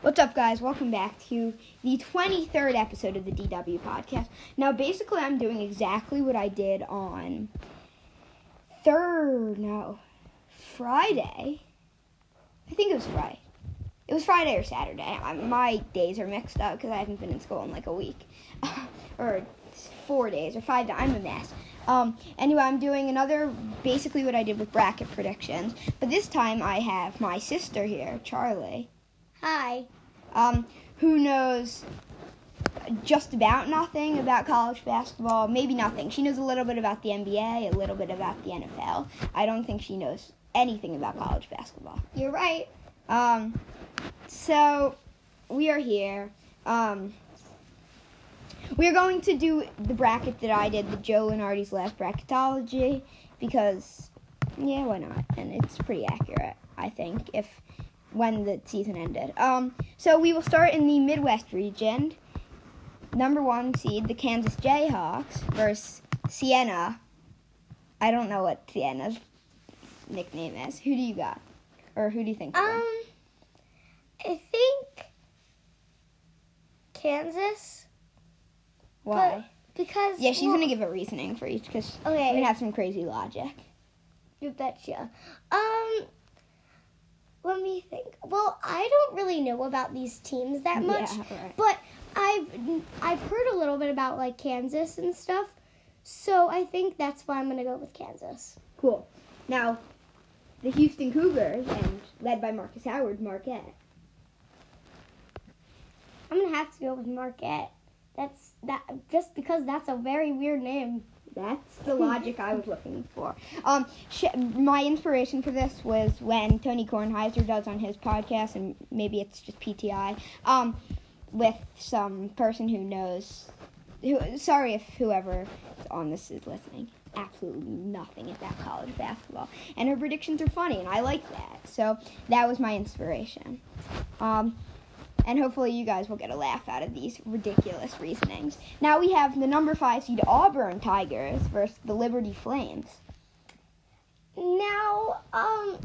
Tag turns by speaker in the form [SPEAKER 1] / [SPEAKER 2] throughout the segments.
[SPEAKER 1] What's up, guys? Welcome back to the 23rd episode of the DW podcast. Now, basically, I'm doing exactly what I did on third, no, Friday. I think it was Friday. It was Friday or Saturday. I, my days are mixed up because I haven't been in school in like a week, or four days or five. days. I'm a mess. Um, anyway, I'm doing another basically what I did with bracket predictions, but this time I have my sister here, Charlie.
[SPEAKER 2] Hi.
[SPEAKER 1] um, who knows just about nothing about college basketball, maybe nothing. She knows a little bit about the NBA, a little bit about the NFL. I don't think she knows anything about college basketball.
[SPEAKER 2] You're right.
[SPEAKER 1] Um, so we are here. Um, we are going to do the bracket that I did, the Joe Lenardi's last bracketology, because yeah, why not? And it's pretty accurate, I think, if when the season ended. Um, so we will start in the Midwest region. Number one seed, the Kansas Jayhawks versus Siena. I don't know what Siena's nickname is. Who do you got? Or who do you think? won?
[SPEAKER 2] Um, I think Kansas. but-
[SPEAKER 1] Why?
[SPEAKER 2] because
[SPEAKER 1] yeah, she's
[SPEAKER 2] well,
[SPEAKER 1] gonna give a reasoning for each because we're
[SPEAKER 2] Okay,
[SPEAKER 1] gonna have some crazy logic.
[SPEAKER 2] you betcha. Um, let me think. Well, I don't really know about these teams that much,
[SPEAKER 1] Yeah, right.
[SPEAKER 2] but I've I've heard a little bit about like Kansas and stuff. So I think that's why I'm gonna go with Kansas.
[SPEAKER 1] Cool. Now, the Houston Cougars and led by Marcus Howard, Marquette.
[SPEAKER 2] I'm gonna have to go with Marquette. That's that just because that's a very weird name.
[SPEAKER 1] That's the logic I was looking for. Um, sh- my inspiration for this was when Tony Kornheiser does on his podcast, and maybe it's just PTI, um, with some person who knows. Who, sorry if whoever on this is listening. Absolutely nothing about college basketball, and her predictions are funny, and I like that. So that was my inspiration. Um, and hopefully you guys will get a laugh out of these ridiculous reasonings. Now we have the number five seed Auburn Tigers versus the Liberty Flames.
[SPEAKER 2] Now, um,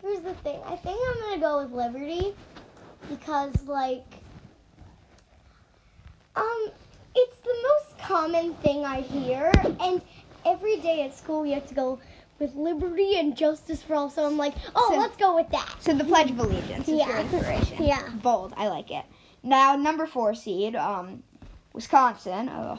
[SPEAKER 2] here's the thing. I think I'm gonna go with Liberty because, like, um, it's the most common thing I hear, and every day at school we have to go with Liberty and Justice for All. So I'm like, oh,
[SPEAKER 1] So-
[SPEAKER 2] let's go with that.
[SPEAKER 1] So the Pledge of Allegiance is your
[SPEAKER 2] Yeah.
[SPEAKER 1] inspiration.
[SPEAKER 2] Yeah.
[SPEAKER 1] Bold, I like it. Now number four seed, um, Wisconsin, oh,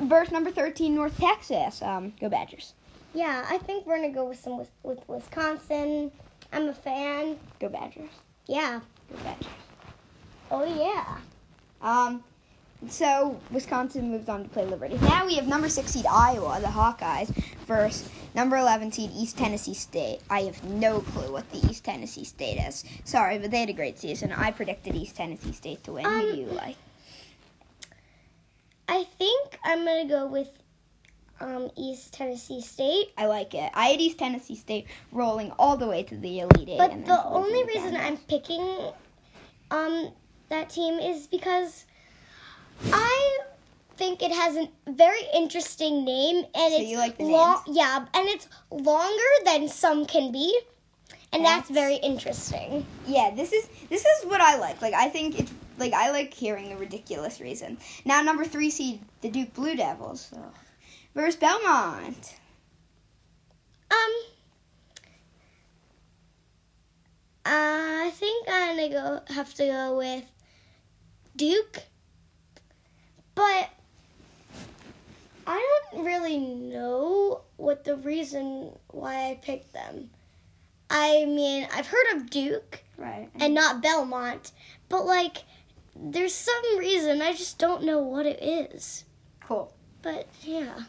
[SPEAKER 1] versus number thirteen North Texas. Um, go Badgers,
[SPEAKER 2] Yeah, I think we're gonna go with some with, with Wisconsin. I'm a fan.
[SPEAKER 1] go Badgers,
[SPEAKER 2] Yeah.
[SPEAKER 1] go Badgers.
[SPEAKER 2] Oh yeah.
[SPEAKER 1] Um, so Wisconsin moves on to play Liberty. Now we have number six seed Iowa, the Hawkeyes, versus number eleven seed East Tennessee State. I have no clue what the East Tennessee State is. Sorry, but they had a great season. I predicted East Tennessee State to win. Who do you
[SPEAKER 2] Um,
[SPEAKER 1] like?
[SPEAKER 2] I think I'm gonna go with um, East Tennessee State.
[SPEAKER 1] I like it. I had East Tennessee State rolling all the way to the Elite Eight.
[SPEAKER 2] But
[SPEAKER 1] and
[SPEAKER 2] the
[SPEAKER 1] then losing
[SPEAKER 2] only
[SPEAKER 1] to
[SPEAKER 2] reason
[SPEAKER 1] Kansas.
[SPEAKER 2] I'm picking um that team is because I think it has a very interesting name and
[SPEAKER 1] So
[SPEAKER 2] it's
[SPEAKER 1] you like the
[SPEAKER 2] lo- yeah, and it's longer than some can be. And that's,
[SPEAKER 1] That's-
[SPEAKER 2] very interesting.
[SPEAKER 1] yeah this is this is what i like like i think it's like i like hearing the ridiculous reason now number three seed the duke blue devils so. versus belmont
[SPEAKER 2] Um uh, I think I'm gonna go have to go with Duke. But I don't really know what the reason why I picked them. I mean, I've heard of Duke
[SPEAKER 1] right
[SPEAKER 2] and not Belmont, but like there's some reason I just don't know what it is.
[SPEAKER 1] cool
[SPEAKER 2] But yeah.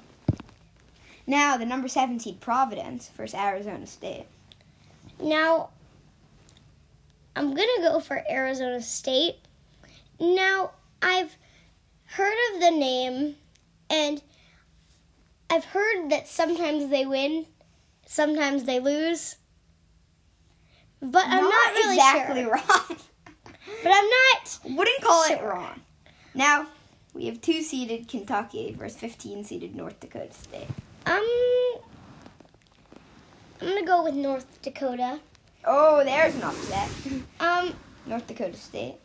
[SPEAKER 1] now the number seven seed providence versus arizona state
[SPEAKER 2] Now, I'm going to go for Arizona State. Now, I've heard of the name, and I've heard that sometimes they win, sometimes they lose. But I'm not, really
[SPEAKER 1] exactly
[SPEAKER 2] sure.
[SPEAKER 1] wrong
[SPEAKER 2] But I'm not.
[SPEAKER 1] wouldn't call it
[SPEAKER 2] Sure.
[SPEAKER 1] wrong now we have two seeded kentucky versus 15 seeded north dakota state
[SPEAKER 2] Um, I'm going to go with North Dakota.
[SPEAKER 1] oh there's an upset
[SPEAKER 2] Um,
[SPEAKER 1] North Dakota State.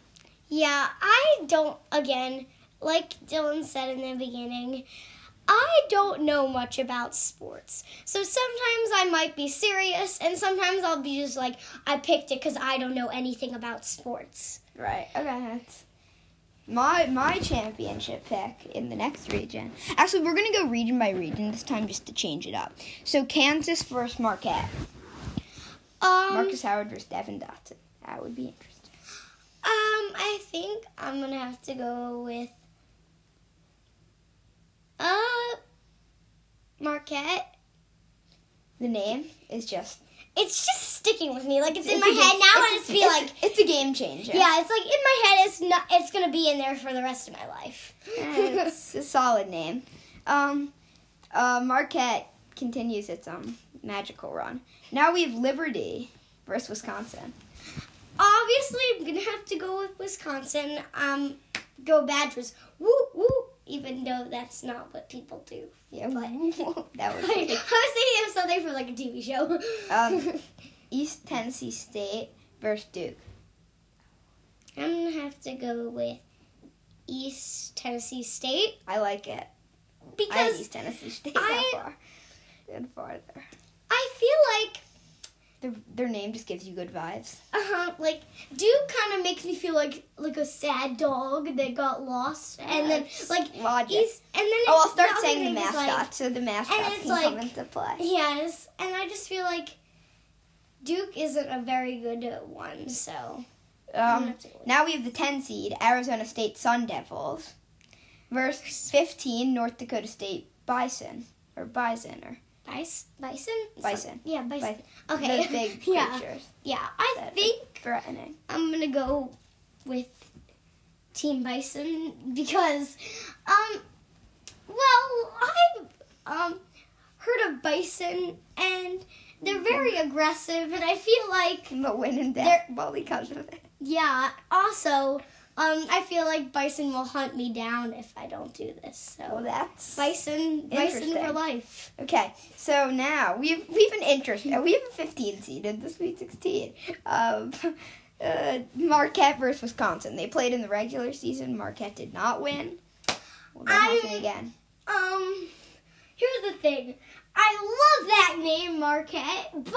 [SPEAKER 2] Yeah, I don't, again, like Dylan said in the beginning, I don't know much about sports. So sometimes I might be serious, and sometimes I'll be just like, I picked it because I don't know anything about sports.
[SPEAKER 1] Right. Okay. That's my my championship pick in the next region. Actually, we're gonna go region by region this time just to change it up. So Kansas versus Marquette.
[SPEAKER 2] Um,
[SPEAKER 1] Marcus Howard versus Devin Dotson. That would be interesting.
[SPEAKER 2] Um, I think I'm gonna have to go with uh Marquette.
[SPEAKER 1] The name is just
[SPEAKER 2] It's just sticking with me. Like it's, in
[SPEAKER 1] It's
[SPEAKER 2] my
[SPEAKER 1] a game-
[SPEAKER 2] head now, and it's be like,
[SPEAKER 1] it's a game changer.
[SPEAKER 2] yeah, it's like in my head. It's not. It's gonna be in there for the rest of my life.
[SPEAKER 1] And it's a solid name. Um, uh, Marquette continues its um magical run. Now we have Liberty versus Wisconsin.
[SPEAKER 2] Obviously, I'm gonna have to go with Wisconsin. Um, go Badgers. Woo woo. Even though that's not what people do.
[SPEAKER 1] Yeah, that
[SPEAKER 2] Like,
[SPEAKER 1] would
[SPEAKER 2] I
[SPEAKER 1] be.
[SPEAKER 2] was thinking of something from like a TV show.
[SPEAKER 1] Um, East Tennessee State versus Duke.
[SPEAKER 2] I'm gonna have to go with East Tennessee State
[SPEAKER 1] I like it. I like
[SPEAKER 2] because
[SPEAKER 1] East Tennessee State
[SPEAKER 2] I-
[SPEAKER 1] that far. And farther.
[SPEAKER 2] I feel like
[SPEAKER 1] Their, their name just gives you good vibes.
[SPEAKER 2] Uh huh. Like Duke kind of makes me feel like like a sad dog that got lost, and then like
[SPEAKER 1] logic.
[SPEAKER 2] he's and then
[SPEAKER 1] oh, I'll
[SPEAKER 2] it's-
[SPEAKER 1] start
[SPEAKER 2] other
[SPEAKER 1] saying the
[SPEAKER 2] thing is,
[SPEAKER 1] mascot
[SPEAKER 2] like-
[SPEAKER 1] so the mascot
[SPEAKER 2] it's
[SPEAKER 1] can come
[SPEAKER 2] like-
[SPEAKER 1] into play.
[SPEAKER 2] yes, and I just feel like Duke isn't a very good uh, one, so I'm gonna
[SPEAKER 1] Um,
[SPEAKER 2] have to go with-
[SPEAKER 1] now we have the 10 seed Arizona State Sun Devils versus 15 North Dakota State Bison or Bison or
[SPEAKER 2] Bis- bison.
[SPEAKER 1] Bison.
[SPEAKER 2] Yeah, bison.
[SPEAKER 1] Bison.
[SPEAKER 2] Okay.
[SPEAKER 1] those big
[SPEAKER 2] yeah,
[SPEAKER 1] creatures
[SPEAKER 2] yeah. I
[SPEAKER 1] that
[SPEAKER 2] think
[SPEAKER 1] are threatening.
[SPEAKER 2] I'm gonna go with Team Bison because, um, well, I've um heard of bison and they're very
[SPEAKER 1] Mm-hmm.
[SPEAKER 2] aggressive, and I feel like
[SPEAKER 1] The win and death bully comes with it.
[SPEAKER 2] yeah. Also, um, I feel like bison will hunt me down if I don't do this.
[SPEAKER 1] Well,
[SPEAKER 2] So
[SPEAKER 1] that's
[SPEAKER 2] bison, bison for
[SPEAKER 1] Interesting.
[SPEAKER 2] life.
[SPEAKER 1] Okay, so now we've we've an interest. uh, We have a 15 seed in the Sweet 16. Um, uh, Marquette versus Wisconsin. They played in the regular season. Marquette did not win. Will that happen
[SPEAKER 2] I'm-
[SPEAKER 1] again?
[SPEAKER 2] Um, here's the thing. I love that name, Marquette, but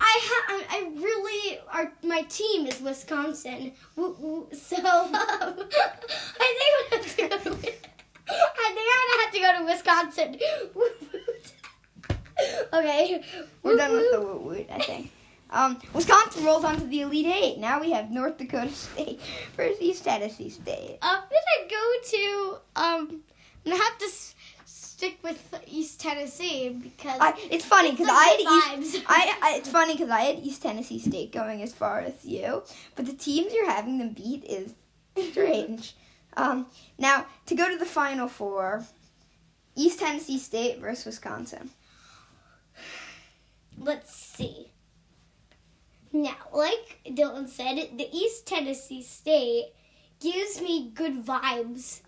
[SPEAKER 2] I ha- I, I really our my team is Wisconsin, Woo, woo. so um, I think I'm gonna have to go. To, I think I'm gonna have to go to Wisconsin. Woo, woo. okay,
[SPEAKER 1] We're done with the woot woot. I think. Um, Wisconsin rolls on to the Elite Eight. Now we have North Dakota State versus East Tennessee State.
[SPEAKER 2] Uh, I'm gonna go to um. I'm gonna have to s- stick with East Tennessee because
[SPEAKER 1] I, it's funny
[SPEAKER 2] It's
[SPEAKER 1] because
[SPEAKER 2] some
[SPEAKER 1] I had
[SPEAKER 2] good
[SPEAKER 1] East,
[SPEAKER 2] vibes.
[SPEAKER 1] I, I it's funny 'cause I had East Tennessee State going as far as you, but the teams you're having them beat is strange. um, now to go to the final four, East Tennessee State versus Wisconsin.
[SPEAKER 2] Let's see. Now, like Dylan said, the East Tennessee State gives me good vibes.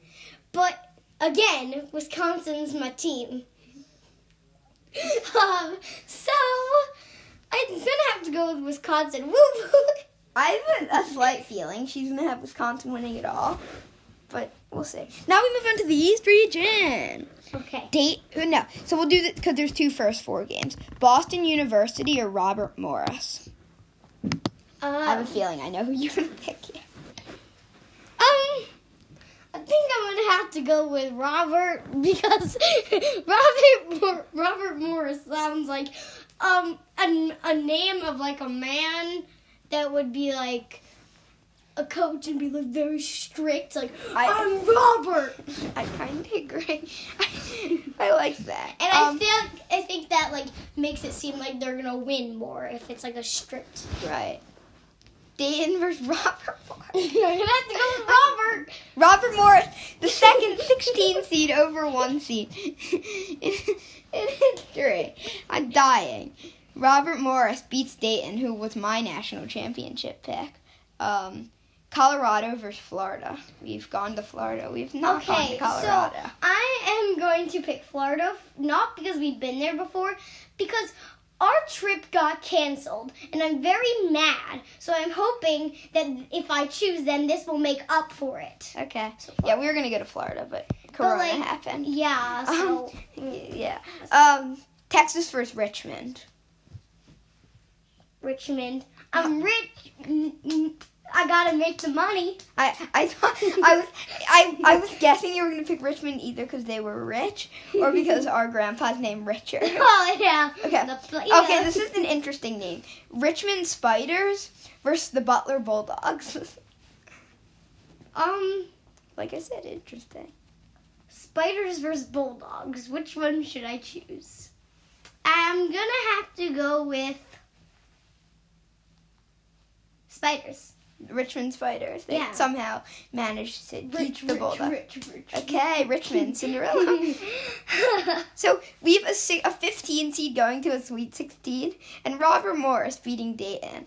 [SPEAKER 2] But again, Wisconsin's my team. um, so I'm gonna have to go with Wisconsin. Woo
[SPEAKER 1] I have a, a slight feeling she's gonna have Wisconsin winning it all, but we'll see. Now we move on to the East region.
[SPEAKER 2] Okay.
[SPEAKER 1] Date no, so we'll do that because there's two first four games: Boston University or Robert Morris. I have a
[SPEAKER 2] Um,
[SPEAKER 1] feeling I know who you're gonna pick. Here.
[SPEAKER 2] um I think I'm gonna have to go with Robert because Robert Mor- Robert Morris sounds like um a, a name of like a man that would be like a coach and be like very strict like I,
[SPEAKER 1] I-
[SPEAKER 2] am Robert
[SPEAKER 1] I kind of agree. I like that.
[SPEAKER 2] and
[SPEAKER 1] Um,
[SPEAKER 2] I feel I think that like makes it seem like they're gonna win more if it's like a strict.
[SPEAKER 1] right. Dayton versus Robert Morris.
[SPEAKER 2] I'm gonna have to go with Robert.
[SPEAKER 1] Robert Morris, the second 16 seed over one seed in, in history. I'm dying. Robert Morris beats Dayton, who was my national championship pick. Um, Colorado versus Florida. We've gone to Florida. We've not gone to
[SPEAKER 2] Okay, so
[SPEAKER 1] Colorado.
[SPEAKER 2] I am going to pick Florida, f- not because we've been there before, because our trip got canceled, and I'm very mad. So I'm hoping that if I choose them, this will make up for it.
[SPEAKER 1] Okay. yeah, we were gonna go to Florida, but Corona
[SPEAKER 2] like,
[SPEAKER 1] happened.
[SPEAKER 2] Yeah. So
[SPEAKER 1] Um, y- yeah. Um, Texas versus Richmond.
[SPEAKER 2] Richmond, I'm
[SPEAKER 1] uh,
[SPEAKER 2] rich. n- n- I gotta make the money.
[SPEAKER 1] I I thought I was I I was guessing you were gonna pick Richmond either because they were rich or because our grandpa's named Richard.
[SPEAKER 2] oh yeah.
[SPEAKER 1] Okay.
[SPEAKER 2] The pla- yeah.
[SPEAKER 1] Okay, this is an interesting name. Richmond Spiders versus the Butler Bulldogs.
[SPEAKER 2] um
[SPEAKER 1] like I said, interesting.
[SPEAKER 2] spiders versus bulldogs. Which one should I choose? I'm gonna have to go with spiders.
[SPEAKER 1] Richmond Spiders. They
[SPEAKER 2] Yeah.
[SPEAKER 1] somehow managed to
[SPEAKER 2] Rich,
[SPEAKER 1] beat the
[SPEAKER 2] rich,
[SPEAKER 1] Bulldogs.
[SPEAKER 2] rich, rich, rich.
[SPEAKER 1] Okay, Richmond Cinderella. so we have a, si- a 15 seed going to a Sweet 16, and Robert Morris beating Dayton.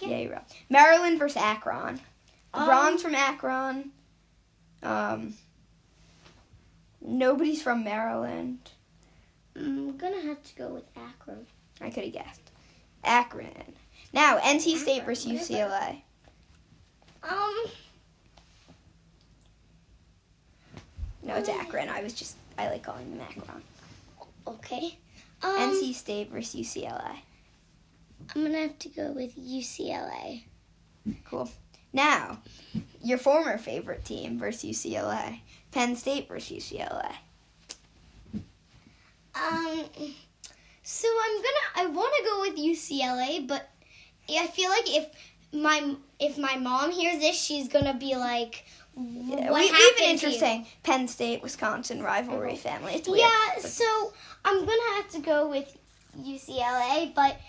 [SPEAKER 2] Yeah.
[SPEAKER 1] Yay, Rob. Maryland versus Akron.
[SPEAKER 2] Um,
[SPEAKER 1] Bronze from Akron. Um, nobody's from Maryland.
[SPEAKER 2] Um, I'm gonna have to go with Akron.
[SPEAKER 1] I could have guessed. Akron. Now, NC State
[SPEAKER 2] Akron,
[SPEAKER 1] versus
[SPEAKER 2] what is that?
[SPEAKER 1] UCLA.
[SPEAKER 2] Um,
[SPEAKER 1] No, it's Akron. I was just, I like calling them Akron.
[SPEAKER 2] okay. Um,
[SPEAKER 1] NC State versus UCLA.
[SPEAKER 2] I'm gonna have to go with UCLA.
[SPEAKER 1] Cool. Now, your former favorite team versus UCLA. Penn State versus UCLA.
[SPEAKER 2] Um, so I'm gonna. I want to go with UCLA, but I feel like if my if my mom hears this, she's gonna be like, "What
[SPEAKER 1] Yeah, we, we have
[SPEAKER 2] happened to
[SPEAKER 1] an
[SPEAKER 2] you?" Oh.
[SPEAKER 1] interesting Penn State Wisconsin rivalry family. It's weird.
[SPEAKER 2] Yeah, so I'm gonna have to go with UCLA, but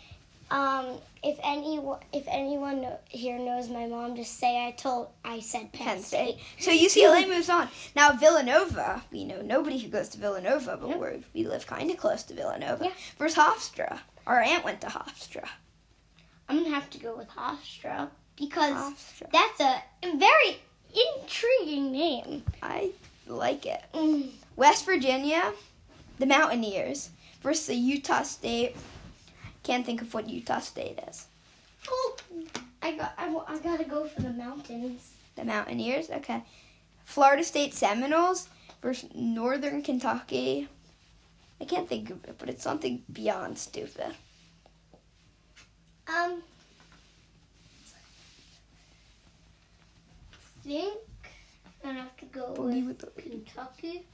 [SPEAKER 2] um, if anyone if anyone kno- here knows my mom, just say I told I said Penn,
[SPEAKER 1] Penn State. So UCLA moves on. Now Villanova, we know nobody who goes to Villanova, but
[SPEAKER 2] Nope.
[SPEAKER 1] we're, we live kind of close to Villanova.
[SPEAKER 2] Yeah.
[SPEAKER 1] Versus Hofstra. Our aunt went to Hofstra.
[SPEAKER 2] I'm gonna have to go with Hofstra because
[SPEAKER 1] Hofstra.
[SPEAKER 2] that's a very intriguing name.
[SPEAKER 1] I like it.
[SPEAKER 2] Mm.
[SPEAKER 1] West Virginia, the Mountaineers versus the Utah State. Can't think of what Utah State is.
[SPEAKER 2] Oh, I got I, wa- I gotta go for the mountains.
[SPEAKER 1] The Mountaineers. Okay. Florida State Seminoles versus Northern Kentucky. I can't think of it, but it's something beyond stupid.
[SPEAKER 2] Um, think I'm gonna have to go
[SPEAKER 1] Boogie
[SPEAKER 2] with
[SPEAKER 1] with the-
[SPEAKER 2] Kentucky.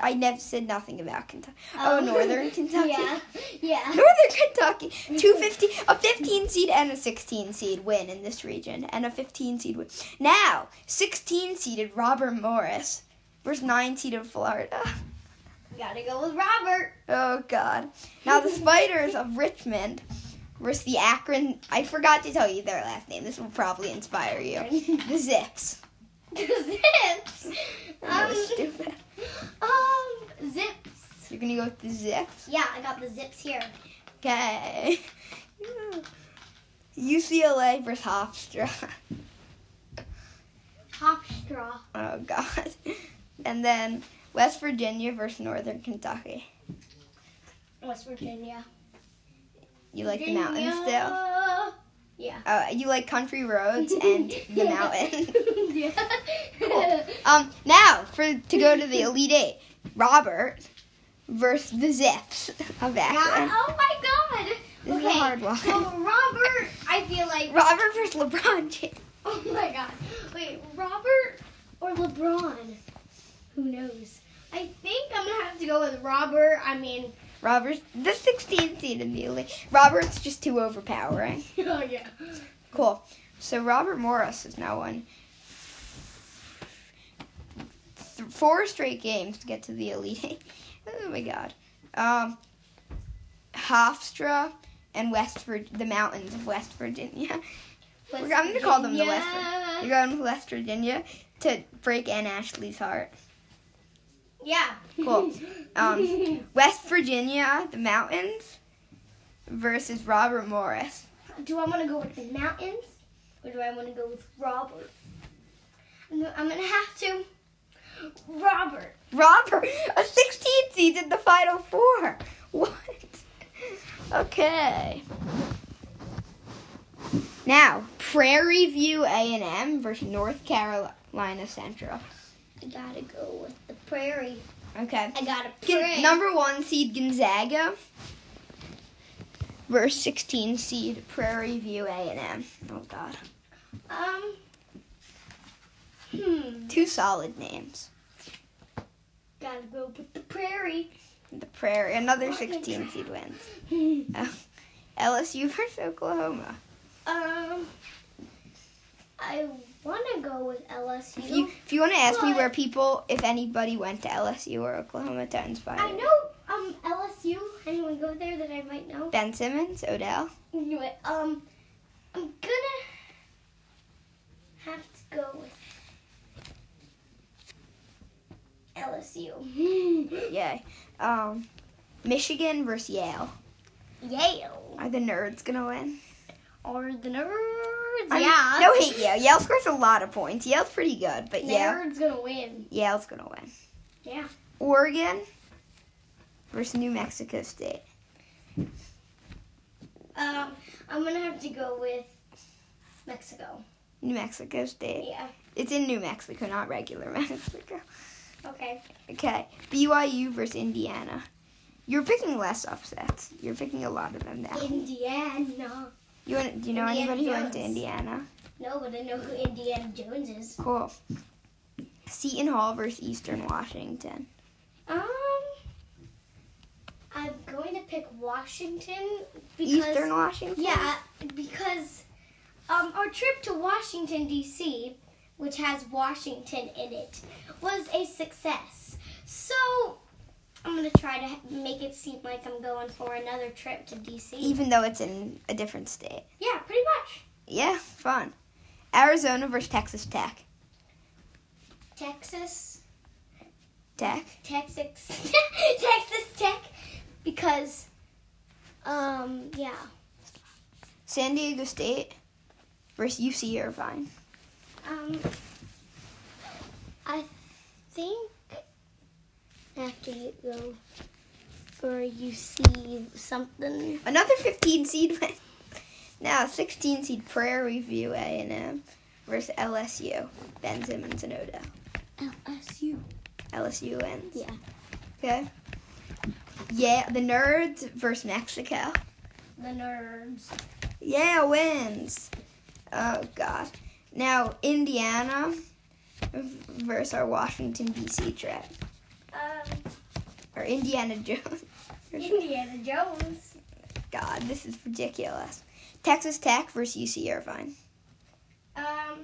[SPEAKER 1] I never said nothing about Kentucky. Oh,
[SPEAKER 2] Um,
[SPEAKER 1] Northern Kentucky.
[SPEAKER 2] Yeah, yeah.
[SPEAKER 1] Northern Kentucky. Two fifty a fifteen seed and a sixteen seed win in this region. And a fifteen seed win. Now, sixteen seeded Robert Morris versus nine seeded Florida.
[SPEAKER 2] Gotta go with Robert.
[SPEAKER 1] Oh god. Now the spiders of Richmond versus the Akron I forgot to tell you their last name. This will probably inspire you. The Zips.
[SPEAKER 2] Zips.
[SPEAKER 1] That
[SPEAKER 2] Um,
[SPEAKER 1] was stupid.
[SPEAKER 2] um, zips.
[SPEAKER 1] You're gonna go with the Zips?
[SPEAKER 2] Yeah, I got the zips here.
[SPEAKER 1] Okay. UCLA versus Hofstra.
[SPEAKER 2] Hofstra.
[SPEAKER 1] Oh God. And then West Virginia versus Northern Kentucky.
[SPEAKER 2] West Virginia.
[SPEAKER 1] You like the mountains still?
[SPEAKER 2] Yeah.
[SPEAKER 1] Uh, you like country roads and the mountains.
[SPEAKER 2] yeah.
[SPEAKER 1] Um, now for to go to the Elite Eight, Robert versus the Zips of Akron.
[SPEAKER 2] Oh my
[SPEAKER 1] This
[SPEAKER 2] god.
[SPEAKER 1] is a
[SPEAKER 2] okay.
[SPEAKER 1] hard one.
[SPEAKER 2] So Robert, I feel like.
[SPEAKER 1] Robert versus LeBron James.
[SPEAKER 2] Oh my god. Wait, Robert or LeBron? Who knows? I think I'm gonna have to go with Robert. I mean,
[SPEAKER 1] Robert's the 16th seed in the Elite. Robert's just too overpowering.
[SPEAKER 2] oh yeah.
[SPEAKER 1] Cool. So Robert Morris has now won th- four straight games to get to the Elite Eight. Oh my God. Um, Hofstra and West Vir- the mountains of West Virginia.
[SPEAKER 2] West
[SPEAKER 1] I'm gonna call them the West You're
[SPEAKER 2] Virginia.
[SPEAKER 1] going with West Virginia to break Ann Ashley's heart.
[SPEAKER 2] Yeah.
[SPEAKER 1] Cool. Um, West Virginia, the mountains, versus Robert Morris.
[SPEAKER 2] do I want to go with the mountains or do I want to go with Robert? I'm gonna- I'm gonna have to. Robert.
[SPEAKER 1] Robert, a 16 seed in the Final Four. What?
[SPEAKER 2] Okay.
[SPEAKER 1] Now, Prairie View A&M versus North Carolina Central.
[SPEAKER 2] I gotta go with the prairie.
[SPEAKER 1] Okay.
[SPEAKER 2] I gotta
[SPEAKER 1] Gon-
[SPEAKER 2] pray.
[SPEAKER 1] number one seed Gonzaga versus 16 seed Prairie View A&M. Oh God,
[SPEAKER 2] um. Hmm.
[SPEAKER 1] two solid names.
[SPEAKER 2] Gotta go with the prairie.
[SPEAKER 1] The Prairie, another 16 seed wins. LSU versus Oklahoma.
[SPEAKER 2] um. I wanna go with LSU.
[SPEAKER 1] If you if you want to ask me where people, if anybody went to LSU or Oklahoma to inspire,
[SPEAKER 2] I know um LSU. Anyone go there that I might know?
[SPEAKER 1] Ben Simmons, Odell.
[SPEAKER 2] Anyway, um, I'm gonna have to go with LSU.
[SPEAKER 1] Yay. Um, Michigan versus Yale.
[SPEAKER 2] Yale
[SPEAKER 1] Are the nerds gonna win?
[SPEAKER 2] or the nerds?
[SPEAKER 1] I mean,
[SPEAKER 2] yeah.
[SPEAKER 1] no hate Yale. Yale scores a lot of points. Yale's pretty good, but Yale,
[SPEAKER 2] Nerds gonna win.
[SPEAKER 1] Yale's gonna win.
[SPEAKER 2] Yeah.
[SPEAKER 1] Oregon versus New Mexico State.
[SPEAKER 2] Um, I'm gonna have to go with Mexico.
[SPEAKER 1] New Mexico State.
[SPEAKER 2] Yeah.
[SPEAKER 1] It's in New Mexico, not regular Mexico.
[SPEAKER 2] Okay.
[SPEAKER 1] Okay. BYU versus Indiana. You're picking less upsets. You're picking a lot of them now.
[SPEAKER 2] Indiana.
[SPEAKER 1] You want, do you know
[SPEAKER 2] Indiana
[SPEAKER 1] anybody who went to
[SPEAKER 2] Jones.
[SPEAKER 1] Indiana?
[SPEAKER 2] No, but I know who Indiana Jones is.
[SPEAKER 1] Cool. Seton Hall versus Eastern Washington.
[SPEAKER 2] Um, I'm going to pick Washington because
[SPEAKER 1] Eastern Washington.
[SPEAKER 2] yeah, because um our trip to Washington D.C., which has Washington in it, was a success. So I'm gonna try to ha- make it seem like I'm going for another trip to D.C.
[SPEAKER 1] Even though it's in a different state.
[SPEAKER 2] yeah, pretty much
[SPEAKER 1] Yeah, fun. Arizona versus Texas Tech.
[SPEAKER 2] Texas,
[SPEAKER 1] Tech.
[SPEAKER 2] Texas, Texas Tech, because um yeah.
[SPEAKER 1] San Diego State versus UC Irvine.
[SPEAKER 2] Um, I think after you go or you see something.
[SPEAKER 1] Another 15 seed win. Now 16 seed Prairie View A&M versus LSU. Ben Simmons and Odell.
[SPEAKER 2] LSU.
[SPEAKER 1] LSU wins.
[SPEAKER 2] Yeah.
[SPEAKER 1] Okay. Yeah, the Nerds versus Mexico.
[SPEAKER 2] The nerds.
[SPEAKER 1] Yeah, wins. Oh God. Now Indiana versus our Washington D.C. trip
[SPEAKER 2] Um,
[SPEAKER 1] or Indiana Jones.
[SPEAKER 2] Indiana Jones.
[SPEAKER 1] God, this is ridiculous. Texas Tech versus UC Irvine.
[SPEAKER 2] Um,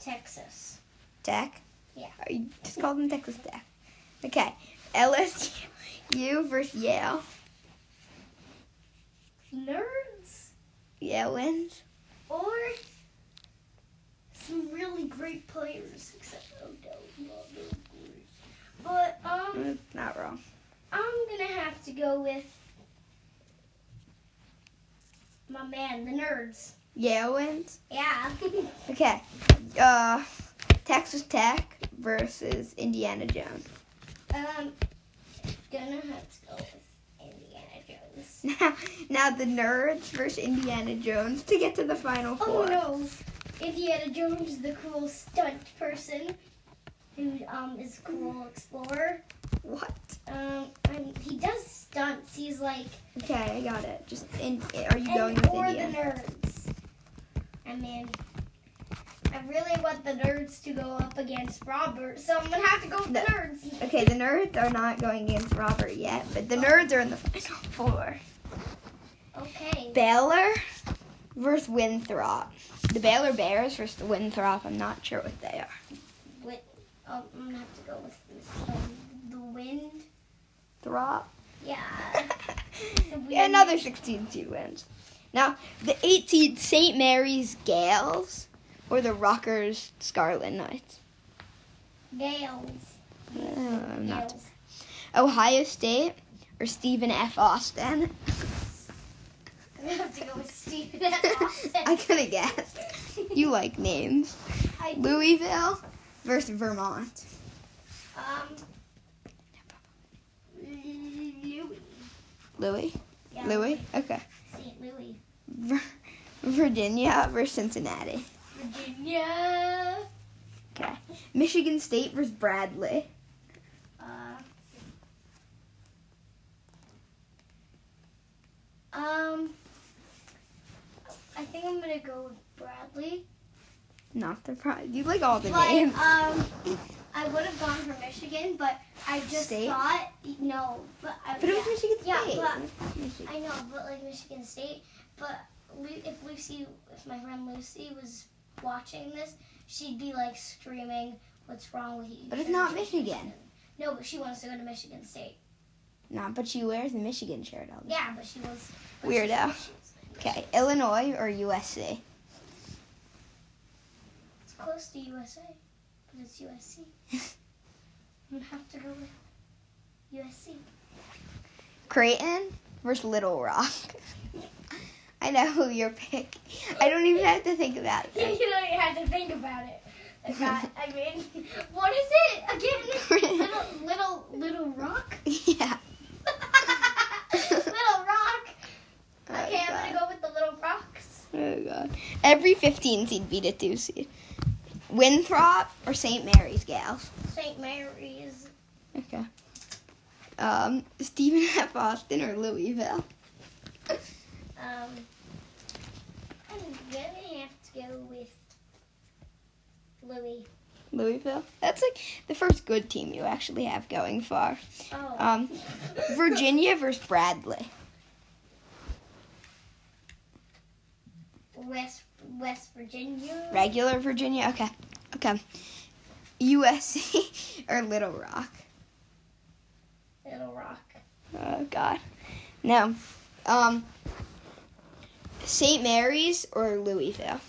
[SPEAKER 2] Texas.
[SPEAKER 1] Tech?
[SPEAKER 2] Yeah.
[SPEAKER 1] Or you just call them Texas Tech. Okay. LSU versus Yale.
[SPEAKER 2] Nerds
[SPEAKER 1] Yale wins.
[SPEAKER 2] or some really great players, except Odell. not really great. But um.
[SPEAKER 1] Mm, Not wrong.
[SPEAKER 2] I'm gonna have to go with my man, the nerds.
[SPEAKER 1] Yale wins.
[SPEAKER 2] Yeah.
[SPEAKER 1] Okay. Uh, Texas Tech versus Indiana Jones.
[SPEAKER 2] um, gonna have to go with Indiana Jones.
[SPEAKER 1] Now, now the Nerds versus Indiana Jones to get to the Final
[SPEAKER 2] Oh
[SPEAKER 1] Four.
[SPEAKER 2] no, Indiana Jones, the cool stunt person, who um is a cool explorer.
[SPEAKER 1] What?
[SPEAKER 2] Um, and he does stunts. He's like,
[SPEAKER 1] Okay, I got it. Just in, are you going
[SPEAKER 2] and
[SPEAKER 1] with
[SPEAKER 2] or
[SPEAKER 1] Indiana?
[SPEAKER 2] the nerds. I mean. I really want the nerds to go up against Robert, so I'm gonna have to go with the
[SPEAKER 1] No.
[SPEAKER 2] nerds.
[SPEAKER 1] Okay, the nerds are not going against Robert yet, but
[SPEAKER 2] Oh.
[SPEAKER 1] the nerds are in the final four.
[SPEAKER 2] Okay.
[SPEAKER 1] Baylor versus Winthrop. The Baylor Bears versus the Winthrop. I'm not sure what they are.
[SPEAKER 2] Wait, um, I'm gonna have to go with um, the wind.
[SPEAKER 1] Winthrop.
[SPEAKER 2] Yeah.
[SPEAKER 1] Another 16 seed wins. Now, the 8 seed St. Mary's Gales or the Rockers Scarlet Knights.
[SPEAKER 2] Gales.
[SPEAKER 1] Uh, I'm not.
[SPEAKER 2] Gales.
[SPEAKER 1] Ohio State or Stephen F. Austin.
[SPEAKER 2] I'm gonna have to go with Stephen
[SPEAKER 1] I could have guessed. You like names.
[SPEAKER 2] I do.
[SPEAKER 1] Louisville versus Vermont.
[SPEAKER 2] Um. Louis.
[SPEAKER 1] Louis? Louis? Okay.
[SPEAKER 2] St. Louis.
[SPEAKER 1] Vir- Virginia versus Cincinnati.
[SPEAKER 2] Virginia.
[SPEAKER 1] Okay. Michigan State versus Bradley.
[SPEAKER 2] Uh, um, I think I'm gonna go with Bradley.
[SPEAKER 1] Not the prize. You like all the
[SPEAKER 2] but
[SPEAKER 1] names.
[SPEAKER 2] um, I would have gone for Michigan, but I just
[SPEAKER 1] State?
[SPEAKER 2] thought no, but I,
[SPEAKER 1] But it was
[SPEAKER 2] yeah,
[SPEAKER 1] Michigan State.
[SPEAKER 2] yeah, but-
[SPEAKER 1] Michi-
[SPEAKER 2] I know, but like Michigan State, but Lu- if Lucy, if my friend Lucy was watching this, she'd be like screaming, "What's wrong with you?"
[SPEAKER 1] But it's
[SPEAKER 2] You
[SPEAKER 1] not
[SPEAKER 2] shouldn't choose
[SPEAKER 1] Michigan.
[SPEAKER 2] No, but she wants to go to Michigan State.
[SPEAKER 1] Nah, but she wears the Michigan shirt all the
[SPEAKER 2] Yeah, but she wants. but she-
[SPEAKER 1] Weirdo.
[SPEAKER 2] she-
[SPEAKER 1] Okay, Illinois or USC?
[SPEAKER 2] It's close to USA, but it's USC. I'm gonna have to go with USC.
[SPEAKER 1] Creighton versus Little Rock. I know who your pick. I don't even have to think about
[SPEAKER 2] you don't
[SPEAKER 1] it.
[SPEAKER 2] even have to think about it. I got- I mean, what is it again? Little, little, little rock.
[SPEAKER 1] yeah.
[SPEAKER 2] little rock.
[SPEAKER 1] Oh,
[SPEAKER 2] Okay, I'm
[SPEAKER 1] God.
[SPEAKER 2] gonna go with the little rocks.
[SPEAKER 1] Oh god. Every 15 seed beat a two seed. Winthrop or St. Mary's Gals.
[SPEAKER 2] St. Mary's.
[SPEAKER 1] Okay. Um, Stephen F. Austin or Louisville.
[SPEAKER 2] Um, I'm gonna have to go with Louis.
[SPEAKER 1] Louisville. That's like the first good team you actually have going far.
[SPEAKER 2] Oh.
[SPEAKER 1] Um, Virginia versus Bradley.
[SPEAKER 2] West West Virginia.
[SPEAKER 1] Regular Virginia. Okay. Okay. USC or Little Rock.
[SPEAKER 2] Little Rock.
[SPEAKER 1] Oh God. No. Um. St. Mary's or Louisville.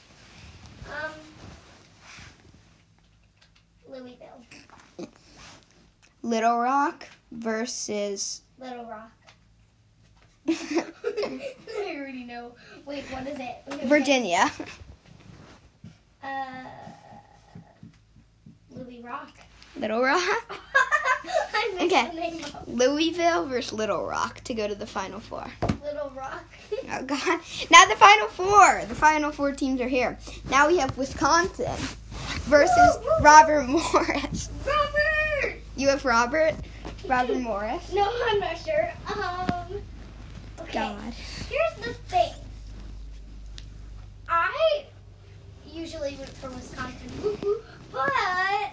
[SPEAKER 2] Um, Louisville.
[SPEAKER 1] Little Rock versus.
[SPEAKER 2] Little Rock.
[SPEAKER 1] Virginia.
[SPEAKER 2] I already know. Wait, what is it? What is it? Uh, Louis Rock.
[SPEAKER 1] Little Rock.
[SPEAKER 2] I missed
[SPEAKER 1] Okay.
[SPEAKER 2] the name of
[SPEAKER 1] Louisville versus Little Rock to go to the Final Four.
[SPEAKER 2] Little Rock.
[SPEAKER 1] Oh God! Now the Final Four. The Final Four teams are here. Now we have Wisconsin versus
[SPEAKER 2] Woo, woo, woo.
[SPEAKER 1] Robert Morris.
[SPEAKER 2] Robert.
[SPEAKER 1] You have Robert. Robert Morris.
[SPEAKER 2] No, I'm not sure. Um. Okay.
[SPEAKER 1] God.
[SPEAKER 2] Here's the thing. I usually root for Wisconsin, woo woo, but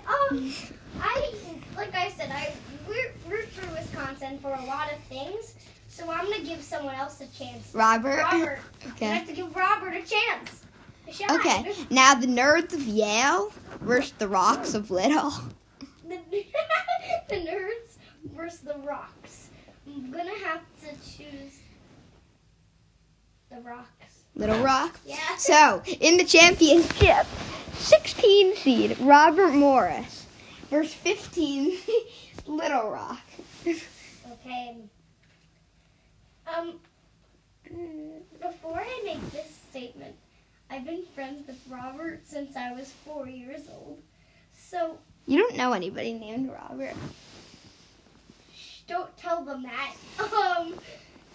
[SPEAKER 2] um, I like I said, I root, root for Wisconsin for a lot of things. So I'm gonna give someone else a chance.
[SPEAKER 1] Robert.
[SPEAKER 2] Robert, I
[SPEAKER 1] Okay.
[SPEAKER 2] have to give Robert a chance. A shot.
[SPEAKER 1] Okay. Now the nerds of Yale versus the rocks of Little.
[SPEAKER 2] The, the nerds versus the rocks. I'm gonna have to choose the rocks.
[SPEAKER 1] Little Rock.
[SPEAKER 2] Yeah.
[SPEAKER 1] So in the championship, 16 seed Robert Morris versus 15 Little Rock.
[SPEAKER 2] Okay. Um, before I make this statement, I've been friends with Robert since I was four years old. So
[SPEAKER 1] You don't know anybody named Robert.
[SPEAKER 2] shh, don't tell them that. Um,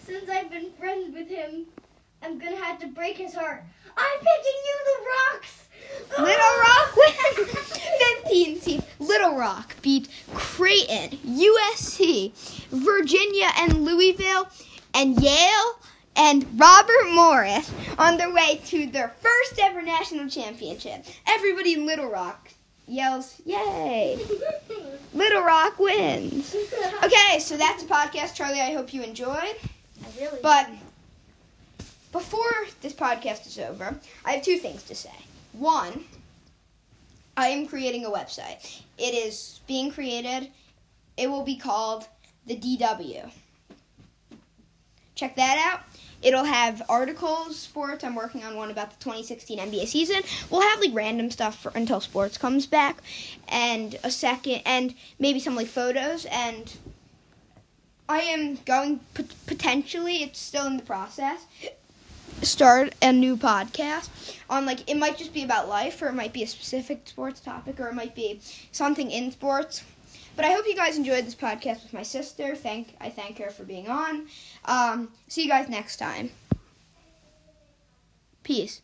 [SPEAKER 2] since I've been friends with him, I'm gonna have to break his heart. I'm picking you, the rocks.
[SPEAKER 1] Little Rock wins. 15 seed. Little Rock beat Creighton, USC, Virginia, and Louisville, and Yale, and Robert Morris on their way to their first ever national championship. Everybody in Little Rock yells, Yay! Little Rock wins. Okay, so that's the podcast, Charlie. I hope you enjoyed.
[SPEAKER 2] I really
[SPEAKER 1] But before this podcast is over, I have two things to say. One, I am creating a website. It is being created. It will be called the DW. Check that out. It'll have articles, sports. I'm working on one about the 2016 NBA season. We'll have like random stuff for, until sports comes back, and a second, and maybe some like photos and I am going pot- potentially. It's still in the process. Start a new podcast on like it might just be about life, or it might be a specific sports topic, or it might be something in sports. But I hope you guys enjoyed this podcast with my sister. Thank I thank her for being on. Um, see you guys next time. Peace.